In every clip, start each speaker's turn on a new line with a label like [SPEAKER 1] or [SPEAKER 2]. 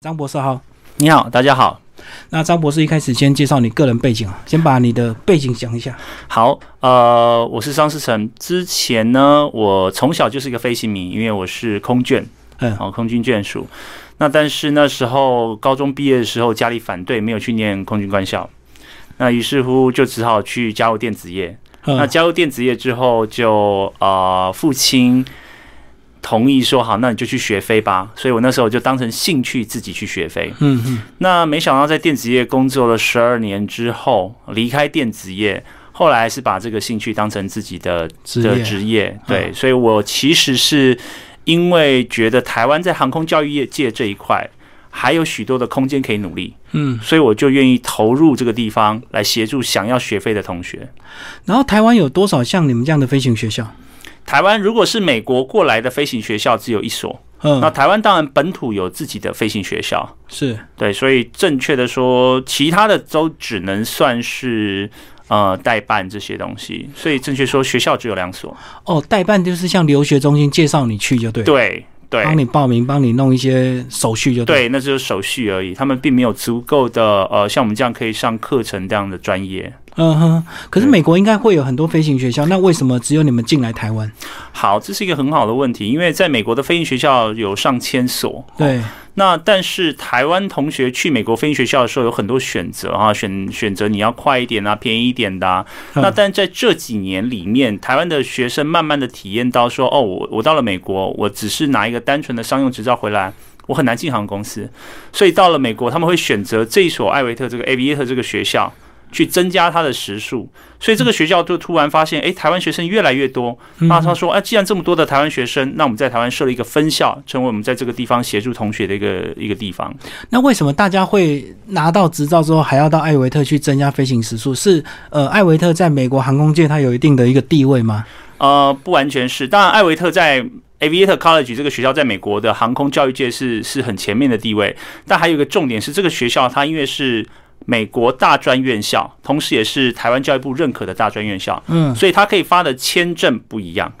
[SPEAKER 1] 张博士好，
[SPEAKER 2] 你好，大家好。
[SPEAKER 1] 那张博士一开始先介绍你个人背景啊，先把你的背景讲一下。
[SPEAKER 2] 好，呃，我是张思成。之前呢，我从小就是一个飞行迷，因为我是空眷，
[SPEAKER 1] 嗯
[SPEAKER 2] 哦，空军眷属。那但是那时候高中毕业的时候，家里反对，没有去念空军官校。那于是乎就只好去加入电子业。那
[SPEAKER 1] 嗯
[SPEAKER 2] 加入电子业之后就，呃，父亲同意说好，那你就去学飞吧。所以我那时候就当成兴趣自己去学飞。
[SPEAKER 1] 嗯嗯
[SPEAKER 2] 那没想到在电子业工作了十二年之后，离开电子业，后来是把这个兴趣当成自己的
[SPEAKER 1] 职
[SPEAKER 2] 的
[SPEAKER 1] 业
[SPEAKER 2] 职业。对，
[SPEAKER 1] 嗯
[SPEAKER 2] 所以我其实是因为觉得台湾在航空教育业界这一块还有许多的空间可以努力，
[SPEAKER 1] 嗯，
[SPEAKER 2] 所以我就愿意投入这个地方来协助想要学费的同学。
[SPEAKER 1] 然后台湾有多少像你们这样的飞行学校？
[SPEAKER 2] 台湾如果是美国过来的飞行学校只有一所，那
[SPEAKER 1] 嗯，
[SPEAKER 2] 台湾当然本土有自己的飞行学校，
[SPEAKER 1] 是
[SPEAKER 2] 对，所以正确的说，其他的都只能算是呃代办这些东西。所以正确说，学校只有两所。
[SPEAKER 1] 哦，代办就是像留学中心介绍你去就对，
[SPEAKER 2] 对对
[SPEAKER 1] 帮你报名，帮你弄一些手续就对。
[SPEAKER 2] 对，那只有手续而已，他们并没有足够的呃像我们这样可以上课程这样的专业。
[SPEAKER 1] 嗯哼，可是
[SPEAKER 2] 对
[SPEAKER 1] 美国应该会有很多飞行学校，那为什么只有你们进来台
[SPEAKER 2] 哦
[SPEAKER 1] 湾？
[SPEAKER 2] 好，这是一个很好的问题，因为在美国的飞行学校有上千所。
[SPEAKER 1] 对，
[SPEAKER 2] 那但是台湾同学去美国飞行学校的时候有很多选择啊，选选择你要快一点啊，便宜一点的、啊。
[SPEAKER 1] 嗯
[SPEAKER 2] 那但在这几年里面，台湾的学生慢慢的体验到说，哦，我我到了美国，我只是拿一个单纯的商用执照回来。我很难进航空公司，所以到了美国，他们会选择这一所艾维特这个 Aviator 这个学校去增加它的时数，所以这个学校就突然发现，诶，台湾学生越来越多，
[SPEAKER 1] 嗯
[SPEAKER 2] 那他说，哎、既然这么多的台湾学生，那我们在台湾设了一个分校，成为我们在这个地方协助同学的一个一个地方。
[SPEAKER 1] 那为什么大家会拿到执照之后还要到艾维特去增加飞行时速？是呃，艾维特在美国航空界它有一定的一个地位吗？
[SPEAKER 2] 呃，不完全是，当然，艾维特在 Aviator College 这个学校在美国的航空教育界是是很前面的地位，但还有一个重点是，这个学校它因为是美国大专院校，同时也是台湾教育部认可的大专院校，
[SPEAKER 1] 嗯，
[SPEAKER 2] 所以它可以发的签证不一样。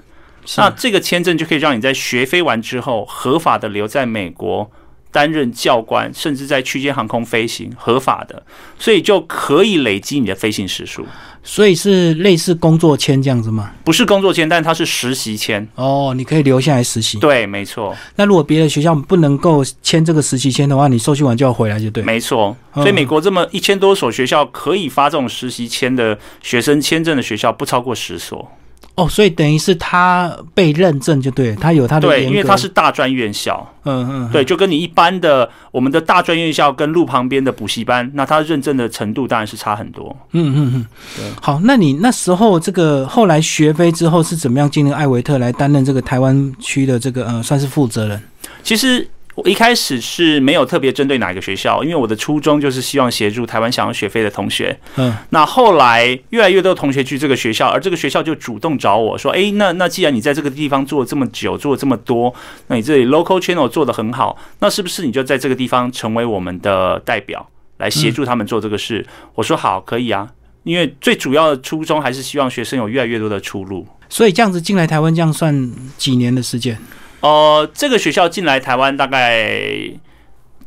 [SPEAKER 1] 是
[SPEAKER 2] 那这个签证就可以让你在学飞完之后，合法的留在美国担任教官，甚至在区间航空飞行，合法的，所以就可以累积你的飞行时数。
[SPEAKER 1] 所以是类似工作签这样子吗？
[SPEAKER 2] 不是工作签，但它是实习签。
[SPEAKER 1] 哦，你可以留下来实习。
[SPEAKER 2] 对，没错，
[SPEAKER 1] 那如果别的学校不能够签这个实习签的话，你受训完就要回来，就对。
[SPEAKER 2] 没错。
[SPEAKER 1] 嗯
[SPEAKER 2] 所以美国这么一千多所学校可以发这种实习签的学生签证的学校，不超过十所。
[SPEAKER 1] 哦，所以等于是他被认证就对了，他有他的
[SPEAKER 2] 对，
[SPEAKER 1] 严
[SPEAKER 2] 因为
[SPEAKER 1] 格
[SPEAKER 2] 它是大专院校。
[SPEAKER 1] 嗯嗯，
[SPEAKER 2] 对，就跟你一般的我们的大专院校跟路旁边的补习班，那它认证的程度当然是差很多。
[SPEAKER 1] 嗯嗯嗯
[SPEAKER 2] 对。
[SPEAKER 1] 好，那你那时候这个后来学飞之后是怎么样进入艾维特来担任这个台湾区的这个呃算是负责人？
[SPEAKER 2] 其实我一开始是没有特别针对哪个学校，因为我的初衷就是希望协助台湾想要学飞的同学。
[SPEAKER 1] 嗯，
[SPEAKER 2] 那后来越来越多同学去这个学校，而这个学校就主动找我说：“诶，那那既然你在这个地方做了这么久，做了这么多，那你这里 local channel 做得很好，那是不是你就在这个地方成为我们的代表，来协助他们做这个事？”我说：“好，可以啊。”因为最主要的初衷还是希望学生有越来越多的出路。
[SPEAKER 1] 所以这样子进来台湾，这样算几年的时间？
[SPEAKER 2] 呃，这个学校进来台湾大概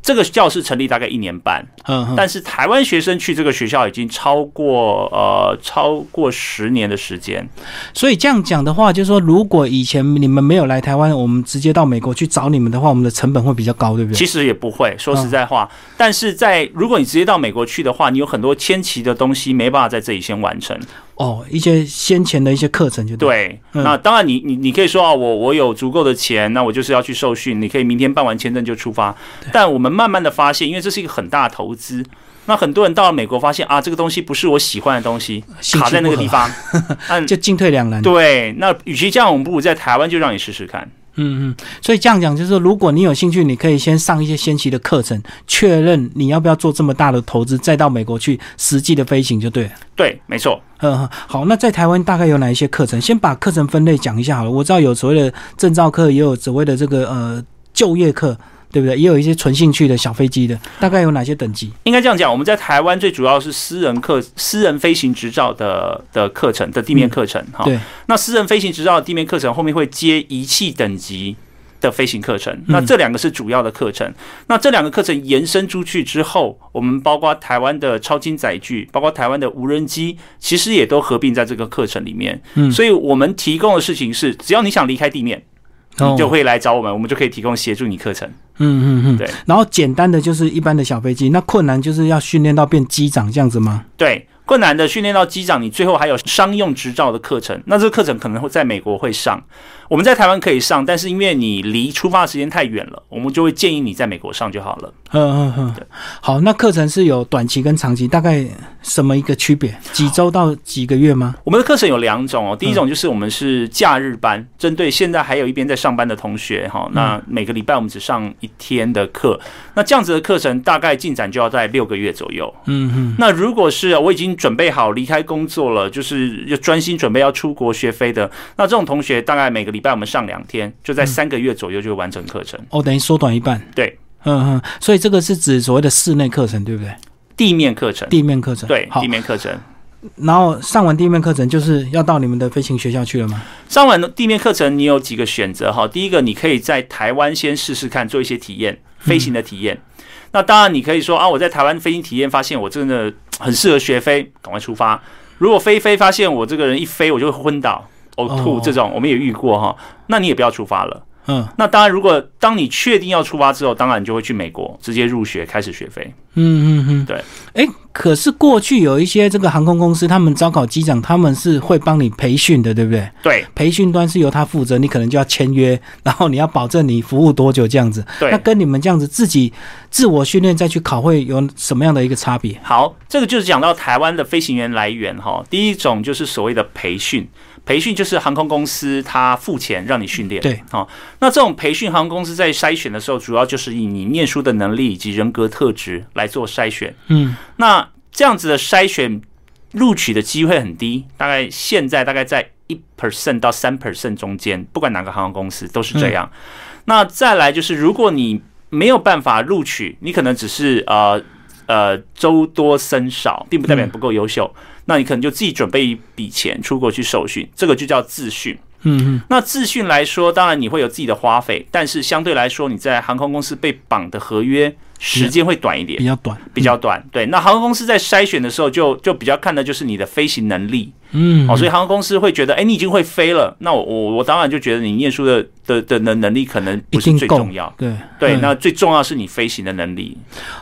[SPEAKER 2] 这个教室成立大概一年半，
[SPEAKER 1] 嗯嗯。
[SPEAKER 2] 但是台湾学生去这个学校已经超过呃超过十年的时间。
[SPEAKER 1] 所以这样讲的话，就是说，如果以前你们没有来台湾，我们直接到美国去找你们的话，我们的成本会比较高，对不对？嗯
[SPEAKER 2] 其实也不会说实在话，但是在如果你直接到美国去的话，你有很多迁徙的东西没办法在这里先完成。
[SPEAKER 1] 哦，一些先前的一些课程就对。
[SPEAKER 2] 对，
[SPEAKER 1] 嗯
[SPEAKER 2] 那当然你你你可以说啊，我我有足够的钱，那我就是要去受训，你可以明天办完签证就出发。但我们慢慢的发现，因为这是一个很大的投资，那很多人到了美国发现啊，这个东西不是我喜欢的东西，
[SPEAKER 1] 兴趣
[SPEAKER 2] 卡在那个
[SPEAKER 1] 不合
[SPEAKER 2] 地方。嗯，
[SPEAKER 1] 就进退两难。
[SPEAKER 2] 对，那与其这样，我们不如在台湾就让你试试看。
[SPEAKER 1] 嗯嗯，所以这样讲就是说，如果你有兴趣，你可以先上一些先期的课程，确认你要不要做这么大的投资，再到美国去实际的飞行就对了。
[SPEAKER 2] 对，没错。
[SPEAKER 1] 嗯，好，那在台湾大概有哪一些课程？先把课程分类讲一下好了。我知道有所谓的证照课，也有所谓的这个呃就业课，对不对？也有一些纯兴趣的小飞机的，大概有哪些等级？
[SPEAKER 2] 应该这样讲，我们在台湾最主要是私人课、私人飞行执照的的课程的地面课程哈、
[SPEAKER 1] 嗯对，
[SPEAKER 2] 那私人飞行执照的地面课程后面会接仪器等级的飞行课程。
[SPEAKER 1] 嗯
[SPEAKER 2] 那这两个是主要的课程。那这两个课程延伸出去之后，我们包括台湾的超轻载具，包括台湾的无人机，其实也都合并在这个课程里面。
[SPEAKER 1] 嗯
[SPEAKER 2] 所以我们提供的事情是，只要你想离开地面，
[SPEAKER 1] 哦
[SPEAKER 2] 你就会来找我们，我们就可以提供协助你课程。
[SPEAKER 1] 嗯嗯嗯，
[SPEAKER 2] 对。
[SPEAKER 1] 然后简单的就是一般的小飞机，那困难就是要训练到变机长这样子吗？
[SPEAKER 2] 对，困难的训练到机长，你最后还有商用执照的课程。那这个课程可能会在美国会上，我们在台湾可以上，但是因为你离出发时间太远了，我们就会建议你在美国上就好了。
[SPEAKER 1] 嗯嗯嗯
[SPEAKER 2] 对。
[SPEAKER 1] 好，那课程是有短期跟长期，大概什么一个区别？几周到几个月吗？
[SPEAKER 2] 我们的课程有两种
[SPEAKER 1] 嗯
[SPEAKER 2] 哦，第一种就是我们是假日班，针对现在还有一边在上班的同学哈，
[SPEAKER 1] 嗯
[SPEAKER 2] 那每个礼拜我们只上一天的课，那这样子的课程大概进展就要在六个月左右。
[SPEAKER 1] 嗯嗯
[SPEAKER 2] 那如果是哦我已经准备好离开工作了，就是要专心准备要出国学飞的，那这种同学大概每个礼拜我们上两天，就
[SPEAKER 1] 嗯
[SPEAKER 2] 在三个月左右就完成课程。
[SPEAKER 1] 哦，等于缩短一半。
[SPEAKER 2] 对。
[SPEAKER 1] 嗯嗯，所以这个是指所谓的室内课程，对不对？
[SPEAKER 2] 地面课程，
[SPEAKER 1] 地面课程。
[SPEAKER 2] 呃对，
[SPEAKER 1] 好
[SPEAKER 2] 地，面课程。
[SPEAKER 1] 然后上完地面课程，就是要到你们的飞行学校去了吗？
[SPEAKER 2] 上完地面课程，你有几个选择哈。第一个，你可以在台湾先试试看，做一些体验，飞行的体验。那当然，你可以说啊，我在台湾飞行体验，发现我真的很适合学飞，赶快出发。如果飞一飞，发现我这个人一飞我就会昏倒、呕
[SPEAKER 1] 哦
[SPEAKER 2] 吐这种，我们也遇过哈。那你也不要出发了。
[SPEAKER 1] 嗯
[SPEAKER 2] 那当然，如果当你确定要出发之后，当然你就会去美国直接入学开始学飞。
[SPEAKER 1] 嗯嗯嗯，
[SPEAKER 2] 对。
[SPEAKER 1] 哎，可是过去有一些这个航空公司，他们招考机长，他们是会帮你培训的，对不对？
[SPEAKER 2] 对
[SPEAKER 1] 培训端是由他负责，你可能就要签约，然后你要保证你服务多久这样子。那
[SPEAKER 2] 对，
[SPEAKER 1] 跟你们这样子自己自我训练再去考会有什么样的一个差别？
[SPEAKER 2] 好，这个就是讲到台湾的飞行员来源哈。第一种就是所谓的培训，培训就是航空公司它付钱让你训练。
[SPEAKER 1] 对，
[SPEAKER 2] 哦，那这种培训航空公司在筛选的时候，主要就是以你念书的能力以及人格特质来做筛选。
[SPEAKER 1] 嗯，
[SPEAKER 2] 那这样子的筛选录取的机会很低，大概现在大概在一 percent 到三 percent 中间，不管哪个航空公司都是这
[SPEAKER 1] 嗯
[SPEAKER 2] 样。那再来就是，如果你没有办法录取，你可能只是呃呃周多僧少，并不
[SPEAKER 1] 嗯
[SPEAKER 2] 代表你不够优秀，那你可能就自己准备一笔钱出国去受训，这个就叫自训。
[SPEAKER 1] 嗯
[SPEAKER 2] 那自训来说，当然你会有自己的花费，但是相对来说，你在航空公司被绑的合约时间会短一
[SPEAKER 1] 嗯，
[SPEAKER 2] 点
[SPEAKER 1] 比。较短，
[SPEAKER 2] 比较短。对，那航空公司在筛选的时候就就比较看的就是你的飞行能力
[SPEAKER 1] 嗯，
[SPEAKER 2] 哦，所以航空公司会觉得，哎、你已经会飞了，那我我我当然就觉得你念书的的的能能力可能
[SPEAKER 1] 一
[SPEAKER 2] 不是
[SPEAKER 1] 定
[SPEAKER 2] 最
[SPEAKER 1] 够
[SPEAKER 2] 重要。
[SPEAKER 1] 对
[SPEAKER 2] 对，
[SPEAKER 1] 嗯
[SPEAKER 2] 那最重要是你飞行的能力。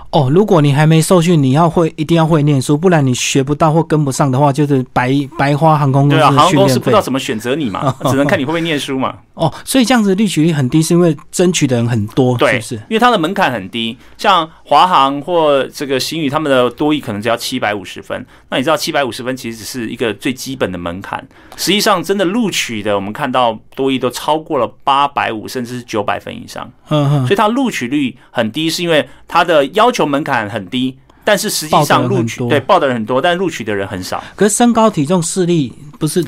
[SPEAKER 1] 哦，如果你还没受训，你要会一定要会念书，不然你学不到或跟不上的话，就是白白花航空公
[SPEAKER 2] 对
[SPEAKER 1] 司
[SPEAKER 2] 啊，
[SPEAKER 1] 的
[SPEAKER 2] 航空
[SPEAKER 1] 训
[SPEAKER 2] 公
[SPEAKER 1] 练
[SPEAKER 2] 司不
[SPEAKER 1] 费
[SPEAKER 2] 知道怎么选择你 嘛，只能看你会不会念书嘛。
[SPEAKER 1] 哦。所以这样子录取率很低，是因为争取的人很多，是
[SPEAKER 2] 对，
[SPEAKER 1] 不是？
[SPEAKER 2] 因为它的门槛很低，像华航或这个星宇他们的多益可能只要七百五十分，那你知道七百五十分其实只是一个最基本的门槛，实际上真的录取的，我们看到多益都超过了八百五甚至是九百分以上，
[SPEAKER 1] 嗯
[SPEAKER 2] 所以它录取率很低，是因为它的要求门槛很低。但是实际
[SPEAKER 1] 报的人
[SPEAKER 2] 上
[SPEAKER 1] 很
[SPEAKER 2] 录取
[SPEAKER 1] 多
[SPEAKER 2] 对报的人很多，但录取的人很少，
[SPEAKER 1] 哼，可是身高、体重、视力不是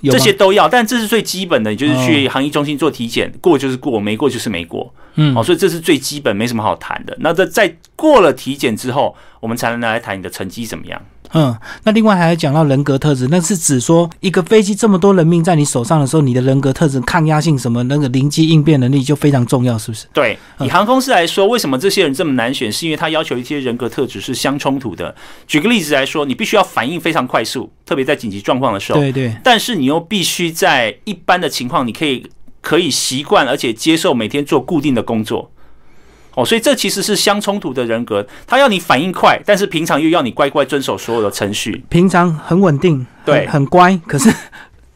[SPEAKER 1] 有
[SPEAKER 2] 这
[SPEAKER 1] 吗哦
[SPEAKER 2] 些都要，但这是最基本的，你就是去航医中心做体检，过就是过，没过就是没过。
[SPEAKER 1] 嗯
[SPEAKER 2] 哦，所以这是最基本，没什么好谈的。那在在过了体检之后，我们才能来谈你的成绩怎么样。
[SPEAKER 1] 嗯，那另外还要讲到人格特质，那是指说一个飞机这么多人命在你手上的时候，你的人格特质、抗压性什么那个灵机应变能力就非常重要，是不是？
[SPEAKER 2] 对，以航空公司来说，为什么这些人这么难选？是因为他要求一些人格特质是相冲突的。举个例子来说，你必须要反应非常快速，特别在紧急状况的时候，
[SPEAKER 1] 对对，
[SPEAKER 2] 但是你又必须在一般的情况，你可以可以习惯而且接受每天做固定的工作。哦，所以这其实是相冲突的人格，他要你反应快，但是平常又要你乖乖遵守所有的程序。
[SPEAKER 1] 平常很稳定，
[SPEAKER 2] 对
[SPEAKER 1] 很很乖，可是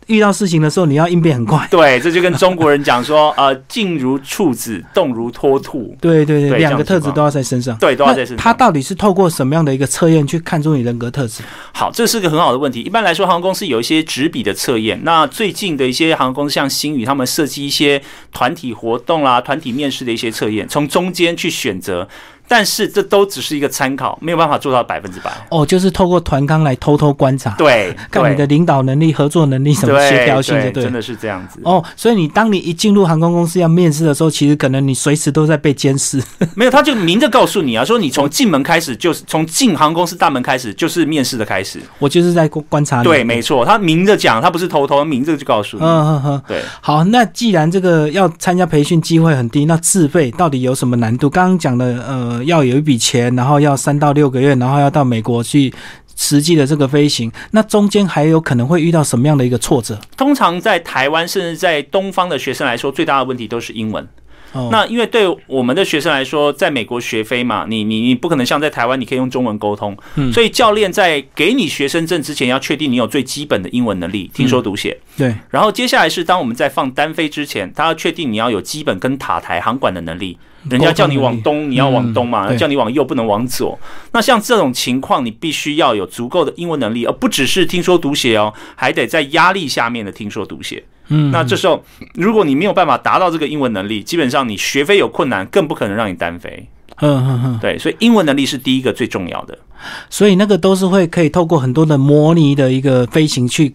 [SPEAKER 1] 遇到事情的时候你要应变很快。
[SPEAKER 2] 对，这就跟中国人讲说，呃，静如处子，动如脱兔，
[SPEAKER 1] 对对
[SPEAKER 2] 对
[SPEAKER 1] 两个
[SPEAKER 2] 这
[SPEAKER 1] 特
[SPEAKER 2] 样子
[SPEAKER 1] 质
[SPEAKER 2] 吗
[SPEAKER 1] 都要在身上。
[SPEAKER 2] 对，都要在身
[SPEAKER 1] 那他
[SPEAKER 2] 上。
[SPEAKER 1] 到底是透过什么样的一个测验去看出你人格特质？
[SPEAKER 2] 好，这是个很好的问题。一般来说，航空公司有一些纸笔的测验。那最近的一些航空公司，像星宇，他啊们设计一些团体活动啦、团体面试的一些测验，从中间去选择但是这都只是一个参考，没有办法做到百分之百。
[SPEAKER 1] 哦，就是透过团纲来偷偷观察，
[SPEAKER 2] 对，
[SPEAKER 1] 看你的领导能力、合作能力什么
[SPEAKER 2] 对
[SPEAKER 1] 协调性，
[SPEAKER 2] 对
[SPEAKER 1] 就对
[SPEAKER 2] 真
[SPEAKER 1] 了。
[SPEAKER 2] 的是这样子。
[SPEAKER 1] 哦，所以你当你一进入航空公司要面试的时候，其实可能你随时都在被监视。
[SPEAKER 2] 没有，他就明着告诉你啊，说你从进门开始就是从进航空公司大门开始就是面试的开始。
[SPEAKER 1] 我就是在观观察你。
[SPEAKER 2] 对，没错，他明着讲，他不是偷偷，明着就告诉
[SPEAKER 1] 嗯
[SPEAKER 2] 你。
[SPEAKER 1] 嗯嗯。
[SPEAKER 2] 对，
[SPEAKER 1] 好，那既然这个要参加培训机会很低，那自费到底有什么难度？刚刚讲的，呃，要有一笔钱，然后要三到六个月，然后要到美国去实际的这个飞行，那中间还有可能会遇到什么样的一个挫折？
[SPEAKER 2] 通常在台湾甚至在东方的学生来说，最大的问题都是英文。
[SPEAKER 1] 哦，
[SPEAKER 2] 那因为对我们的学生来说，在美国学飞嘛，你你你不可能像在台湾，你可以用中文沟通。
[SPEAKER 1] 嗯
[SPEAKER 2] 所以教练在给你学生证之前，要确定你有最基本的英文能力，听
[SPEAKER 1] 嗯
[SPEAKER 2] 说读写。
[SPEAKER 1] 对，
[SPEAKER 2] 然后接下来是当我们在放单飞之前，他要确定你要有基本跟塔台航管的能力。人家叫你往东，你要往东嘛；
[SPEAKER 1] 对
[SPEAKER 2] 叫你往右，不能往左。那像这种情况，你必须要有足够的英文能力，而不只是听说读写哦，还得在压力下面的听说读写。
[SPEAKER 1] 嗯，
[SPEAKER 2] 那这时候，如果你没有办法达到这个英文能力，基本上你学飞有困难，更不可能让你单飞。
[SPEAKER 1] 嗯嗯嗯，
[SPEAKER 2] 对，所以英文能力是第一个最重要的。
[SPEAKER 1] 所以那个都是会可以透过很多的模拟的一个飞行去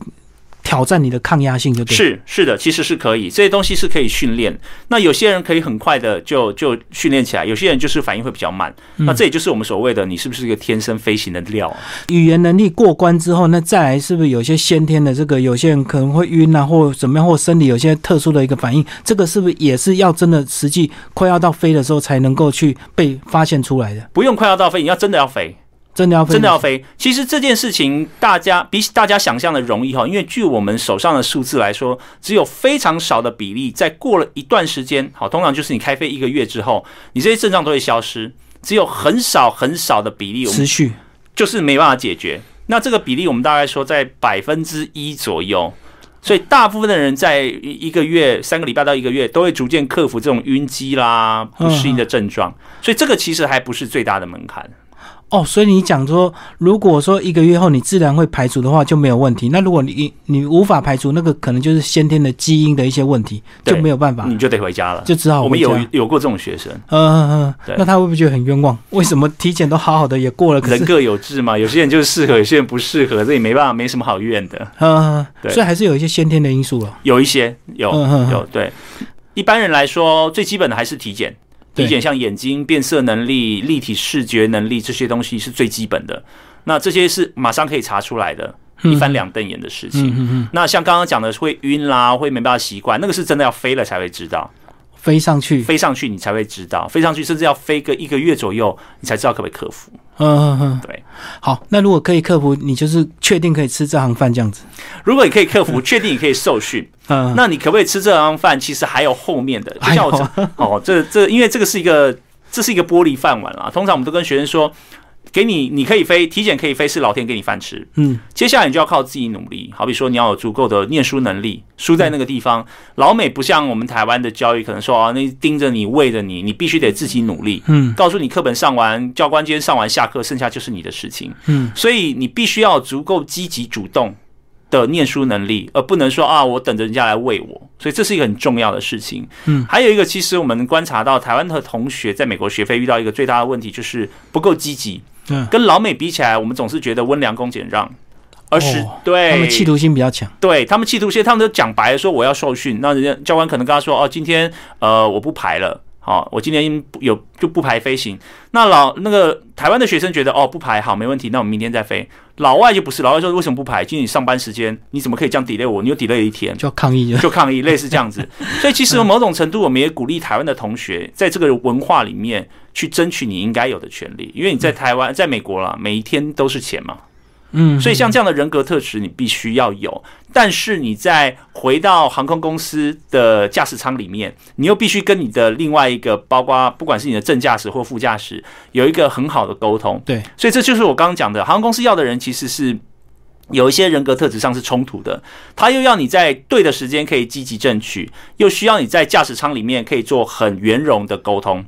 [SPEAKER 1] 挑战你的抗压性，就对了。
[SPEAKER 2] 是是的，其实是可以，这些东西是可以训练。那有些人可以很快的就就训练起来，有些人就是反应会比较慢。那这也就是我们所谓的你是不是一个天生飞行的料啊？
[SPEAKER 1] 语言能力过关之后，那再来是不是有些先天的这个，有些人可能会晕啊，或怎么样，或生理有些特殊的一个反应，这个是不是也是要真的实际快要到飞的时候才能够去被发现出来的？
[SPEAKER 2] 不用快要到飞，你要真的要飞，
[SPEAKER 1] 真的要飞
[SPEAKER 2] 真的要飞。其实这件事情大家比大家想象的容易哈，因为据我们手上的数字来说，只有非常少的比例，在过了一段时间，好，通常就是你开飞一个月之后，你这些症状都会消失，只有很少很少的比例，我们
[SPEAKER 1] 持续
[SPEAKER 2] 就是没办法解决。那这个比例我们大概说在百分之一左右，所以大部分的人在一一个月、三个礼拜到一个月都会逐渐克服这种晕机啦、
[SPEAKER 1] 嗯
[SPEAKER 2] 不适应的症状，所以这个其实还不是最大的门槛。
[SPEAKER 1] 哦。所以你讲说，如果说一个月后你自然会排除的话，就没有问题。那如果你你无法排除，那个可能就是先天的基因的一些问题，
[SPEAKER 2] 对
[SPEAKER 1] 就没有办法，
[SPEAKER 2] 你就得回家了。
[SPEAKER 1] 嗯就只好
[SPEAKER 2] 我们有
[SPEAKER 1] 回家
[SPEAKER 2] 有过这种学生，
[SPEAKER 1] 嗯嗯嗯
[SPEAKER 2] 对，
[SPEAKER 1] 那他会不会觉得很冤枉？为什么体检都好好的也过了，可是
[SPEAKER 2] 人各有志嘛，有些人就是适合，有些人不适合，这也没办法，没什么好怨的。
[SPEAKER 1] 嗯，
[SPEAKER 2] 对
[SPEAKER 1] 所以还是有一些先天的因素了。
[SPEAKER 2] 有一些有
[SPEAKER 1] 嗯嗯嗯
[SPEAKER 2] 有对，一般人来说最基本的还是体检。
[SPEAKER 1] 对
[SPEAKER 2] 体检像眼睛变色能力、立体视觉能力这些东西是最基本的，那这些是马上可以查出来的，一翻两瞪眼的事
[SPEAKER 1] 嗯
[SPEAKER 2] 情。
[SPEAKER 1] 嗯嗯，
[SPEAKER 2] 那像刚刚讲的会晕啦，会没办法习惯，那个是真的要飞了才会知道，
[SPEAKER 1] 飞上去，
[SPEAKER 2] 飞上去你才会知道，飞上去甚至要飞个一个月左右，你才知道可不可以克服。
[SPEAKER 1] 嗯嗯嗯，
[SPEAKER 2] 对。
[SPEAKER 1] 好，那如果可以克服，你就是确定可以吃这行饭这样子。
[SPEAKER 2] 如果你可以 克服，确定你可以受训，
[SPEAKER 1] 嗯，
[SPEAKER 2] 那你可不可以吃这碗饭？其实还有后面的，就像我讲，哦，这这因为这个是一个这是一个玻璃饭碗啊啦。通常我们都跟学生说，给你你可以飞，体检可以飞，是老天给你饭吃。
[SPEAKER 1] 嗯
[SPEAKER 2] 接下来你就要靠自己努力。好比说，你要有足够的念书能力，输在那个地方，老美不像我们台湾的教育，可能说啊，那盯着你喂着你，你必须得自己努力。
[SPEAKER 1] 嗯
[SPEAKER 2] 告诉你课本上完，教官今天上完下课，剩下就是你的事情。
[SPEAKER 1] 嗯，
[SPEAKER 2] 所以你必须要有足够积极主动的念书能力，而不能说啊，我等着人家来喂我。所以这是一个很重要的事情。
[SPEAKER 1] 嗯，
[SPEAKER 2] 还有一个，其实我们观察到台湾的同学在美国学费遇到一个最大的问题，就是不够积极。
[SPEAKER 1] 嗯
[SPEAKER 2] 跟老美比起来，我们总是觉得温良恭俭让。而是、
[SPEAKER 1] 哦
[SPEAKER 2] 对
[SPEAKER 1] 他们企图心比较强。
[SPEAKER 2] 对他们企图心，他们都讲白了说我要受训，那人家教官可能跟他说哦，今天呃我不排了，好、我今天不有就不排飞行。那老那个台湾的学生觉得哦不排好没问题，那我们明天再飞。老外就不是，老外说为什么不排？今天你上班时间，你怎么可以这样 delay 我？你又 delay 了一天。
[SPEAKER 1] 就要抗 议了，
[SPEAKER 2] 就抗议，类似这样子。所以其实某种程度，我们也鼓励台湾的同学在这个文化里面去争取你应该有的权利，因为你在台湾，在美国啦，每一天都是钱嘛。
[SPEAKER 1] 嗯，
[SPEAKER 2] 所以像这样的人格特质，你必须要有。但是你在回到航空公司的驾驶舱里面，你又必须跟你的另外一个，包括不管是你的正驾驶或副驾驶，有一个很好的沟通。
[SPEAKER 1] 对，
[SPEAKER 2] 所以这就是我刚刚讲的，航空公司要的人其实是。有一些人格特质上是冲突的，他又要你在对的时间可以积极争取，又需要你在驾驶舱里面可以做很圆融的沟通。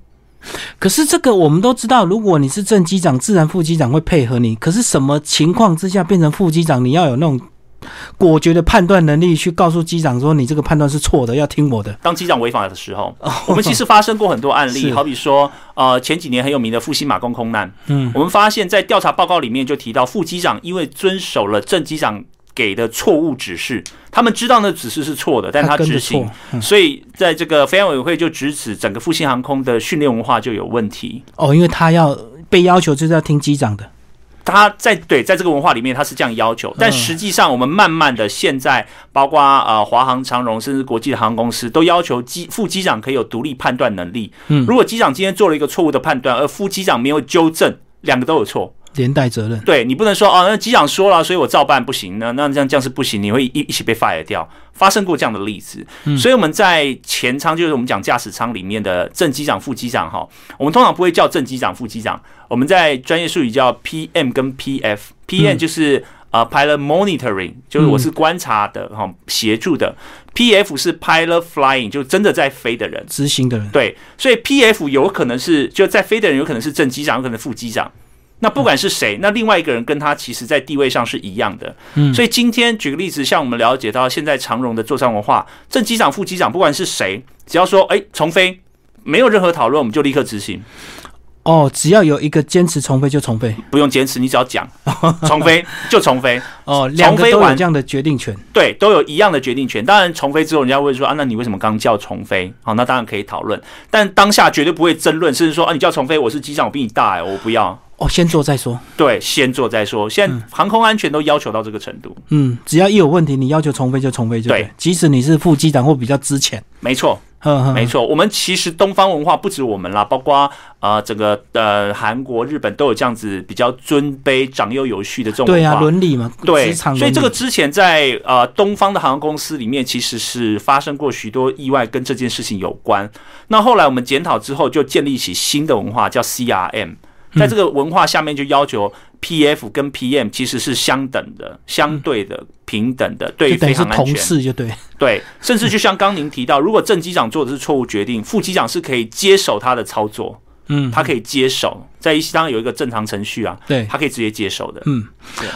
[SPEAKER 1] 可是这个我们都知道，如果你是正机长，自然副机长会配合你。可是什么情况之下变成副机长，你要有那种果决的判断能力去告诉机长说你这个判断是错的，要听我的。
[SPEAKER 2] 当机长违法的时候，我们其实发生过很多案例，
[SPEAKER 1] 哦 是
[SPEAKER 2] 好比说，呃，前几年很有名的复兴马公空难，
[SPEAKER 1] 嗯，
[SPEAKER 2] 我们发现，在调查报告里面就提到，副机长因为遵守了正机长给的错误指示，他们知道那指示是错的，但
[SPEAKER 1] 他
[SPEAKER 2] 他
[SPEAKER 1] 跟
[SPEAKER 2] 执
[SPEAKER 1] 着
[SPEAKER 2] 行
[SPEAKER 1] 错，，嗯
[SPEAKER 2] 所以在这个飞安委员会就指指整个复兴航空的训练文化就有问题。
[SPEAKER 1] 哦，因为他要被要求就是要听机长的。
[SPEAKER 2] 他在对在这个文化里面，他是这样要求，但
[SPEAKER 1] 嗯
[SPEAKER 2] 实际上我们慢慢的现在，包括呃华航、长荣，甚至国际的航空公司，都要求机副机长可以有独立判断能力。
[SPEAKER 1] 嗯
[SPEAKER 2] 如果机长今天做了一个错误的判断，而副机长没有纠正，两个都有错。
[SPEAKER 1] 连带责任。
[SPEAKER 2] 对你不能说哦，那机长说了，所以我照办不行呢，那那这样这样是不行，你会一一起被 fire 掉。发生过这样的例子，所以我们在前舱，就是我们讲驾驶舱里面的正机长、副机长哈，我们通常不会叫正机长、副机长，我们在专业术语叫 PM 跟 PF。PM
[SPEAKER 1] 嗯
[SPEAKER 2] 就是、呃 pilot monitoring，就是我是观察的哈、协助的；PF 是 pilot flying，就真的在飞的人。
[SPEAKER 1] 执行的人，
[SPEAKER 2] 对，所以 PF 有可能是就在飞的人，有可能是正机长，有可能副机长。那不管是谁，那另外一个人跟他其实在地位上是一样的。
[SPEAKER 1] 嗯
[SPEAKER 2] 所以今天举个例子，像我们了解到现在长荣的作战文化，正机长、副机长不管是谁，只要说哎、重飞，没有任何讨论，我们就立刻执行，
[SPEAKER 1] 哦，只要有一个坚持重飞就重飞，
[SPEAKER 2] 不用坚持，你只要讲重飞就重飞，
[SPEAKER 1] 哦，两个
[SPEAKER 2] 重飞
[SPEAKER 1] 都有
[SPEAKER 2] 完
[SPEAKER 1] 这样的决定权。
[SPEAKER 2] 对，都有一样的决定权。当然，重飞之后，人家会说啊，那你为什么刚叫重飞？好，那当然可以讨论，但当下绝对不会争论，甚至说啊，你叫重飞，我是机长，我比你大、哎，我不要。
[SPEAKER 1] 哦，先做再说。
[SPEAKER 2] 对，先做再说。现在航空安全都要求到这个程度，
[SPEAKER 1] 嗯，只要一有问题，你要求重飞就重飞就对
[SPEAKER 2] 对。
[SPEAKER 1] 即使你是副机长或比较之前，
[SPEAKER 2] 没错，
[SPEAKER 1] 呵呵，
[SPEAKER 2] 没错。我们其实东方文化不止我们啦，包括呃整个呃韩国、日本都有这样子比较尊卑、长幼有序的这种
[SPEAKER 1] 对
[SPEAKER 2] 文
[SPEAKER 1] 啊，
[SPEAKER 2] 化。
[SPEAKER 1] 伦理嘛，
[SPEAKER 2] 对，
[SPEAKER 1] 职场
[SPEAKER 2] 所
[SPEAKER 1] 伦
[SPEAKER 2] 以
[SPEAKER 1] 理
[SPEAKER 2] 这个之前在呃东方的航空公司里面，其实是发生过许多意外跟这件事情有关。那后来我们检讨之后，就建立起新的文化，叫 CRM。在
[SPEAKER 1] 嗯
[SPEAKER 2] 这个文化下面，就要求 PF 跟 PM 其实是相等的、相对的、平等的，对于
[SPEAKER 1] 嗯就等于
[SPEAKER 2] 飞
[SPEAKER 1] 是
[SPEAKER 2] 行安
[SPEAKER 1] 同
[SPEAKER 2] 全。
[SPEAKER 1] 事就对。
[SPEAKER 2] 对，甚至就像刚您提到，如果正机长做的是错误决定，副机长是可以接手他的操作，
[SPEAKER 1] 嗯，
[SPEAKER 2] 他可以接手，在一当然有一个正常程序啊，
[SPEAKER 1] 对。
[SPEAKER 2] 他可以直接接手的。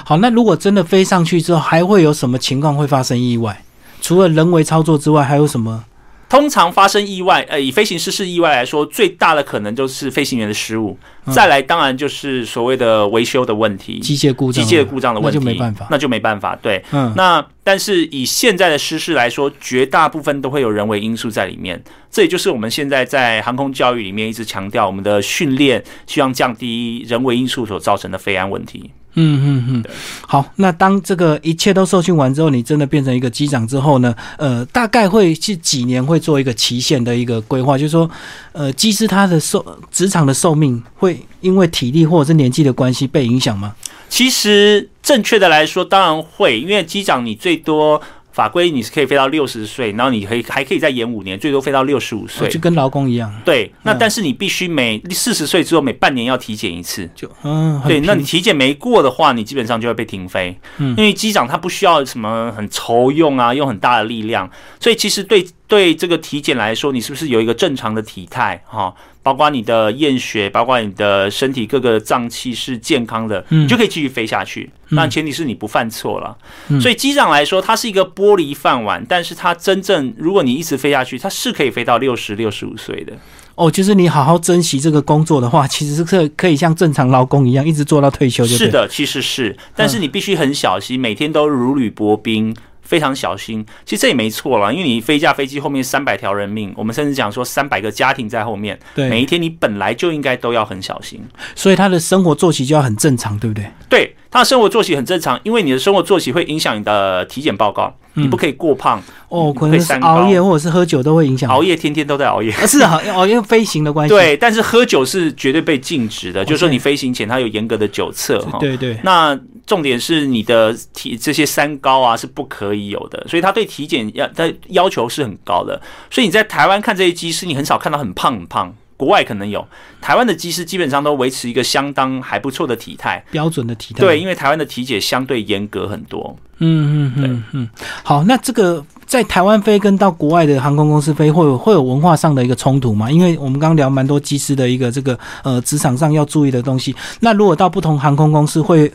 [SPEAKER 1] 好，那如果真的飞上去之后，还会有什么情况会发生意外？除了人为操作之外，还有什么？
[SPEAKER 2] 通常发生意外，呃，以飞行失事意外来说，最大的可能就是飞行员的失误，
[SPEAKER 1] 嗯
[SPEAKER 2] 再来当然就是所谓的维修的问题、
[SPEAKER 1] 机械故
[SPEAKER 2] 机
[SPEAKER 1] 障？
[SPEAKER 2] 械故障的问题，
[SPEAKER 1] 那就没办法
[SPEAKER 2] 那就没办法。对，
[SPEAKER 1] 嗯，
[SPEAKER 2] 那但是以现在的失事来说，绝大部分都会有人为因素在里面。这也就是我们现在在航空教育里面一直强调，我们的训练希望降低人为因素所造成的飞安问题。
[SPEAKER 1] 嗯嗯嗯，好，那当这个一切都受训完之后，你真的变成一个机长之后呢，呃，大概会是几年会做一个期限的一个规划，就是说，呃，机师他的寿职场的寿命会因为体力或者是年纪的关系被影响吗？
[SPEAKER 2] 其实正确的来说，当然会，因为机长你最多。法规你是可以飞到六十岁，然后你可以还可以再延五年，最多飞到六十五岁
[SPEAKER 1] 哦就。跟劳工一样，
[SPEAKER 2] 对，那
[SPEAKER 1] 嗯
[SPEAKER 2] 但是你必须每四十岁之后每半年要体检一次。
[SPEAKER 1] 就嗯，很
[SPEAKER 2] 对，那
[SPEAKER 1] 平
[SPEAKER 2] 你体检没过的话，你基本上就会被停飞。
[SPEAKER 1] 嗯
[SPEAKER 2] 因为机长他不需要什么很筹用啊，用很大的力量，所以其实对对这个体检来说，你是不是有一个正常的体态哈、包括你的验血，包括你的身体各个脏器是健康的，
[SPEAKER 1] 嗯
[SPEAKER 2] 你就可以继续飞下去。
[SPEAKER 1] 嗯
[SPEAKER 2] 那前提是你不犯错了。
[SPEAKER 1] 嗯
[SPEAKER 2] 所以机长来说，它是一个玻璃饭碗，但是它真正如果你一直飞下去，它是可以飞到六十六十五岁的。
[SPEAKER 1] 哦，就是你好好珍惜这个工作的话，其实是可以可以像正常劳工一样一直做到退休就对嗯
[SPEAKER 2] 是，的，其实是，但是你必须很小心，每天都如履薄冰。非常小心，其实这也没错了，因为你飞一架飞机后面三百条人命，我们甚至讲说三百个家庭在后面，每
[SPEAKER 1] 对，
[SPEAKER 2] 一天你本来就应该都要很小心。
[SPEAKER 1] 所以他的生活作息就要很正常，对不对？
[SPEAKER 2] 对，他的生活作息很正常，因为你的生活作息会影响你的体检报告，
[SPEAKER 1] 嗯
[SPEAKER 2] 你不可以过胖，
[SPEAKER 1] 哦，
[SPEAKER 2] 你
[SPEAKER 1] 可
[SPEAKER 2] 会
[SPEAKER 1] 能是
[SPEAKER 2] 三
[SPEAKER 1] 熬
[SPEAKER 2] 高
[SPEAKER 1] 夜或者是喝酒都会影响
[SPEAKER 2] 熬夜天天都在熬夜。
[SPEAKER 1] 啊，是啊，哦，因为飞行的关系，
[SPEAKER 2] 对，但是喝酒是绝对被禁止的，就是说
[SPEAKER 1] 哦对
[SPEAKER 2] 你飞行前它有严格的酒测哈。
[SPEAKER 1] 对对，
[SPEAKER 2] 那重点是你的体这些三高啊是不可以有的，所以他对体检要他要求是很高的。所以你在台湾看这些机师，你很少看到很胖很胖，国外可能有，台湾的机师基本上都维持一个相当还不错的体态。
[SPEAKER 1] 标准的体态。
[SPEAKER 2] 对，，因为台湾的体检相对严格很多。
[SPEAKER 1] 嗯嗯嗯嗯。好，那这个在台湾飞跟到国外的航空公司飞，会有会有文化上的一个冲突吗？因为我们刚刚聊蛮多机师的一个这个呃职场上要注意的东西。那如果到不同航空公司会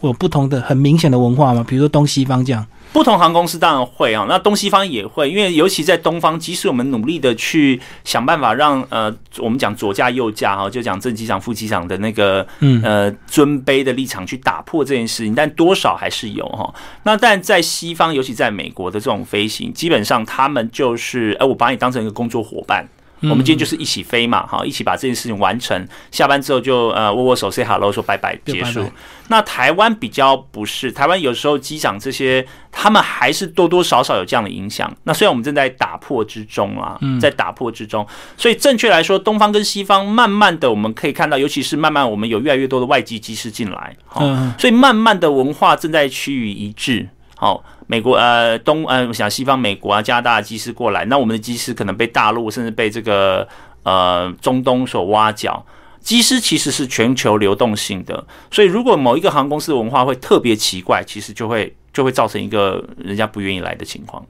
[SPEAKER 1] 有不同的很明显的文化吗？比如说东西方这样，
[SPEAKER 2] 不同航空公司当然会啊，那东西方也会，因为尤其在东方，即使我们努力的去想办法让呃，我们讲左驾右驾哈，就讲正机长、副机长的那个
[SPEAKER 1] 嗯，
[SPEAKER 2] 呃尊卑的立场去打破这件事情，但多少还是有哈。那但在西方，尤其在美国的这种飞行，基本上他们就是，哎、我把你当成一个工作伙伴。我们
[SPEAKER 1] 嗯
[SPEAKER 2] 今天就是一起飞嘛，哈，一起把这件事情完成。下班之后就呃握握手，say hello，说拜拜，
[SPEAKER 1] 就
[SPEAKER 2] 结
[SPEAKER 1] 拜拜
[SPEAKER 2] 束。那台湾比较不是，台湾有时候机长这些，他们还是多多少少有这样的影响。那虽然我们正在打破之中啦，在打破之中，所以正确来说，东方跟西方慢慢的我们可以看到，尤其是慢慢我们有越来越多的外籍机师进来，哈
[SPEAKER 1] 嗯
[SPEAKER 2] 所以慢慢的文化正在趋于一致。好、美国呃东呃，我想西方美国啊、加拿大的机师过来，那我们的机师可能被大陆甚至被这个呃中东所挖角。机师其实是全球流动性的，所以如果某一个航空公司的文化会特别奇怪，其实就会就会造成一个人家不愿意来的情况。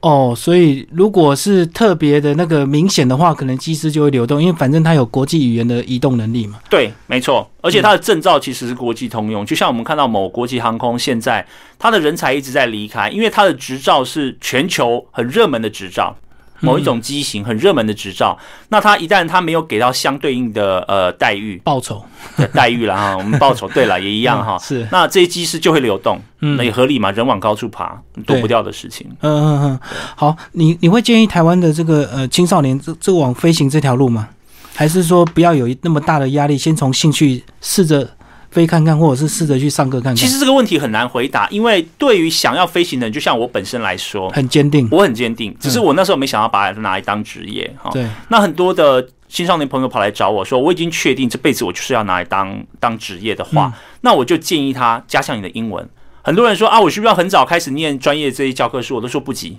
[SPEAKER 1] 哦，所以如果是特别的那个明显的话，可能机师就会流动，因为反正它有国际语言的移动能力嘛。
[SPEAKER 2] 对，没错，而且它的证照其实是国际通
[SPEAKER 1] 嗯
[SPEAKER 2] 用，就像我们看到某国际航空现在它的人才一直在离开，因为它的执照是全球很热门的执照。
[SPEAKER 1] 嗯
[SPEAKER 2] 某一种机型很热门的执照，那它一旦它没有给到相对应的呃待 遇
[SPEAKER 1] 报酬
[SPEAKER 2] 的待遇了哈，我们报酬对了也
[SPEAKER 1] 一
[SPEAKER 2] 一样哈，
[SPEAKER 1] 是，
[SPEAKER 2] 那这些机师就会流动，
[SPEAKER 1] 嗯
[SPEAKER 2] 那也合理嘛，人往高处爬，躲不
[SPEAKER 1] 对
[SPEAKER 2] 掉的事情。
[SPEAKER 1] 嗯嗯嗯，好，你你会建议台湾的这个呃青少年这这往飞行这条路吗？还是说不要有一那么大的压力，先从兴趣试着飞看看，或者是试着去上课看看？
[SPEAKER 2] 其实这个问题很难回答，因为对于想要飞行的人，就像我本身来说，
[SPEAKER 1] 很坚定，
[SPEAKER 2] 我很坚定，
[SPEAKER 1] 嗯
[SPEAKER 2] 只是我那时候没想要把它拿来当职业哈。
[SPEAKER 1] 对，
[SPEAKER 2] 那很多的青少年朋友跑来找我说，我已经确定这辈子我就是要拿来当当职业的话，那我就建议他加强你的英文。很多人说啊，我需不需要很早开始念专业这些教科书？我都说不急，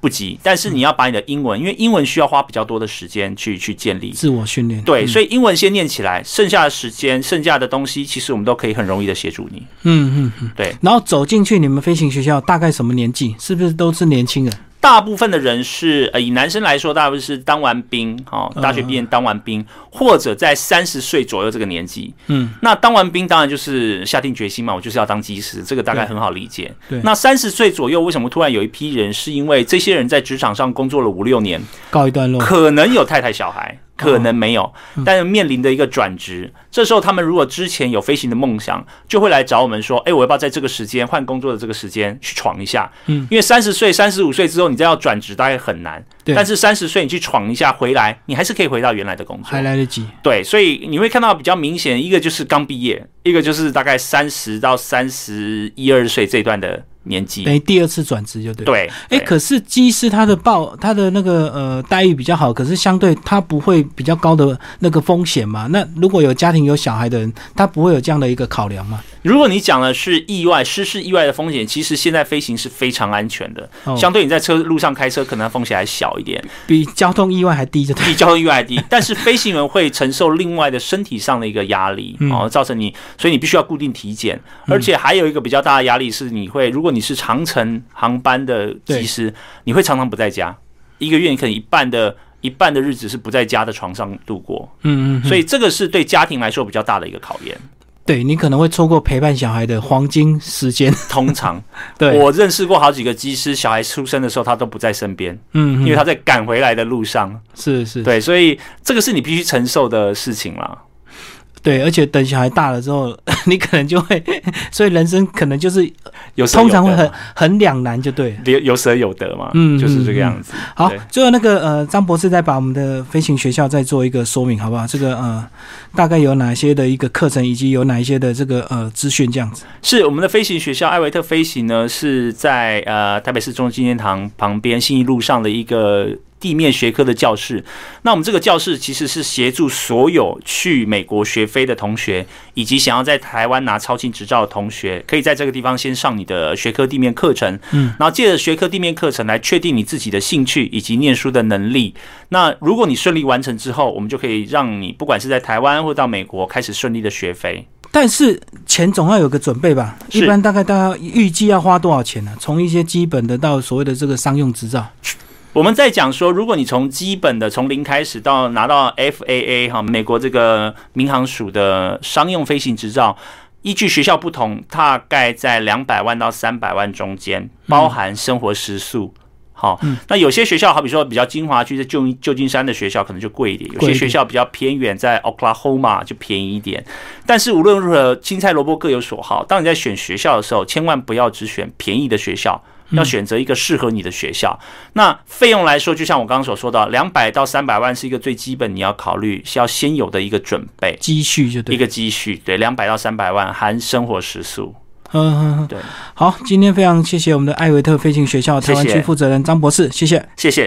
[SPEAKER 2] 不急。但是你要把你的英文，因为英文需要花比较多的时间去去建立。
[SPEAKER 1] 自我训练。
[SPEAKER 2] 对，所以英文先念起来，剩下的时间、剩下的东西，其实我们都可以很容易的协助你。
[SPEAKER 1] 嗯嗯嗯，
[SPEAKER 2] 对。
[SPEAKER 1] 然后走进去你们飞行学校大概什么年纪？是不是都是年轻人？
[SPEAKER 2] 大部分的人是呃，以男生来说，大部分是当完兵，哦，
[SPEAKER 1] 嗯
[SPEAKER 2] 大学毕业当完兵，或者在三十岁左右这个年纪。
[SPEAKER 1] 嗯，
[SPEAKER 2] 那当完兵当然就是下定决心嘛，我就是要当机师，这个大概
[SPEAKER 1] 对
[SPEAKER 2] 很好理解。
[SPEAKER 1] 对
[SPEAKER 2] 那三十岁左右为什么突然有一批人？是因为这些人在职场上工作了五六年，
[SPEAKER 1] 告一段落。
[SPEAKER 2] 可能有太太小孩，
[SPEAKER 1] 哦
[SPEAKER 2] 可能没有，
[SPEAKER 1] 嗯
[SPEAKER 2] 但是面临的一个转职，这时候他们如果之前有飞行的梦想，就会来找我们说，哎，我要不要在这个时间换工作的这个时间去闯一下？
[SPEAKER 1] 嗯，
[SPEAKER 2] 因为三十岁、三十五岁之后，你再要转职大概很难，
[SPEAKER 1] 对
[SPEAKER 2] 但是三十岁你去闯一下回来，你还是可以回到原来的工作
[SPEAKER 1] 还。来得及。
[SPEAKER 2] 对，所以你会看到比较明显，一个就是刚毕业，一个就是大概三十到三十一二岁这段的年纪。
[SPEAKER 1] 等于第二次转职就对。，
[SPEAKER 2] 对，
[SPEAKER 1] 哎、
[SPEAKER 2] 对
[SPEAKER 1] 可是机师他的报他的那个呃待遇比较好，可是相对他不会比较高的那个风险嘛？那如果有家庭有小孩的人，他不会有这样的一个考量嘛？
[SPEAKER 2] 如果你讲的是意外、失事意外的风险，其实现在飞行是非常安全的，
[SPEAKER 1] 哦，
[SPEAKER 2] 相对你在车路上开车，可能风险还小一 点，
[SPEAKER 1] 比交通意外还低就对。
[SPEAKER 2] 比交通意外还低。但是飞行员会承受另外的身体上的一个压力
[SPEAKER 1] 嗯
[SPEAKER 2] 哦，造成你，所以你必须要固定体检，而且还有一个比较大的压力是，你会如果你是长程航班的技师，你会常常不在家，一个月你可能一半的。一半的日子是不在家的床上度过，
[SPEAKER 1] 嗯嗯，
[SPEAKER 2] 所
[SPEAKER 1] 以
[SPEAKER 2] 以这个是对家庭来说比较大的一个考验。
[SPEAKER 1] 对你可能会错过陪伴小孩的黄金时 间。
[SPEAKER 2] 通常，
[SPEAKER 1] 对，
[SPEAKER 2] 我认识过好几个机师，小孩出生的时候他都不在身边，
[SPEAKER 1] 嗯，
[SPEAKER 2] 因为
[SPEAKER 1] 嗯
[SPEAKER 2] 他在赶回来的路上。
[SPEAKER 1] 是是，
[SPEAKER 2] 对，所以这个是你必须承受的事情啦。
[SPEAKER 1] 对，而且等小孩大了之后， 你可能就会，所以人生可能就是
[SPEAKER 2] 有舍有
[SPEAKER 1] 通
[SPEAKER 2] 得
[SPEAKER 1] 常会
[SPEAKER 2] 嘛
[SPEAKER 1] 很很两难，就对了。
[SPEAKER 2] 有有舍有得嘛，
[SPEAKER 1] 嗯
[SPEAKER 2] 就是这个样子。
[SPEAKER 1] 好
[SPEAKER 2] 对，
[SPEAKER 1] 最后那个呃，张博士再把我们的飞行学校再做一个说明，好不好？这个呃，大概有哪些的一个课程，以及有哪一些的这个呃资讯这样子。
[SPEAKER 2] 是我们的飞行学校艾维特飞行呢，是在呃台北市中央纪念堂旁边信义路上的一个地面学科的教室。那我们这个教室其实是协助所有去美国学飞的同学，以及想要在台湾拿超勤执照的同学，可以在这个地方先上你的学科地面课程，
[SPEAKER 1] 嗯，
[SPEAKER 2] 然后借着学科地面课程来确定你自己的兴趣以及念书的能力。那如果你顺利完成之后，我们就可以让你不管是在台湾或到美国开始顺利的学飞。
[SPEAKER 1] 但是钱总要有个准备吧？
[SPEAKER 2] 是
[SPEAKER 1] 一般大概大概预计要花多少钱呢、从一些基本的到所谓的这个商用执照，
[SPEAKER 2] 我们在讲说，如果你从基本的从零开始到拿到 FAA 哈，美国这个民航署的商用飞行执照，依据学校不同，大概在两百万到三百万中间，包含生活食宿。好、
[SPEAKER 1] 嗯
[SPEAKER 2] 那有些学校，好比说比较精华区，在旧旧金山的学校可能就贵一点；有
[SPEAKER 1] 贵一点
[SPEAKER 2] 些学校比较偏远，在 Oklahoma 就便宜一点。但是无论如何，青菜萝卜各有所好。当你在选学校的时候，千万不要只选便宜的学校，要选择一个适合你的学校。那费用来说，就像我刚刚所说的，两百到三百万是一个最基本你要考虑，是要先有的一个准备。
[SPEAKER 1] 积蓄就对
[SPEAKER 2] 一
[SPEAKER 1] 了。
[SPEAKER 2] 个积蓄，对，两百到三百万含生活食宿，
[SPEAKER 1] 嗯嗯嗯，
[SPEAKER 2] 对，
[SPEAKER 1] 好，今天非常谢谢我们的艾维特飞行学校台湾
[SPEAKER 2] 谢谢
[SPEAKER 1] 区负责人张博士，谢谢。
[SPEAKER 2] 谢谢。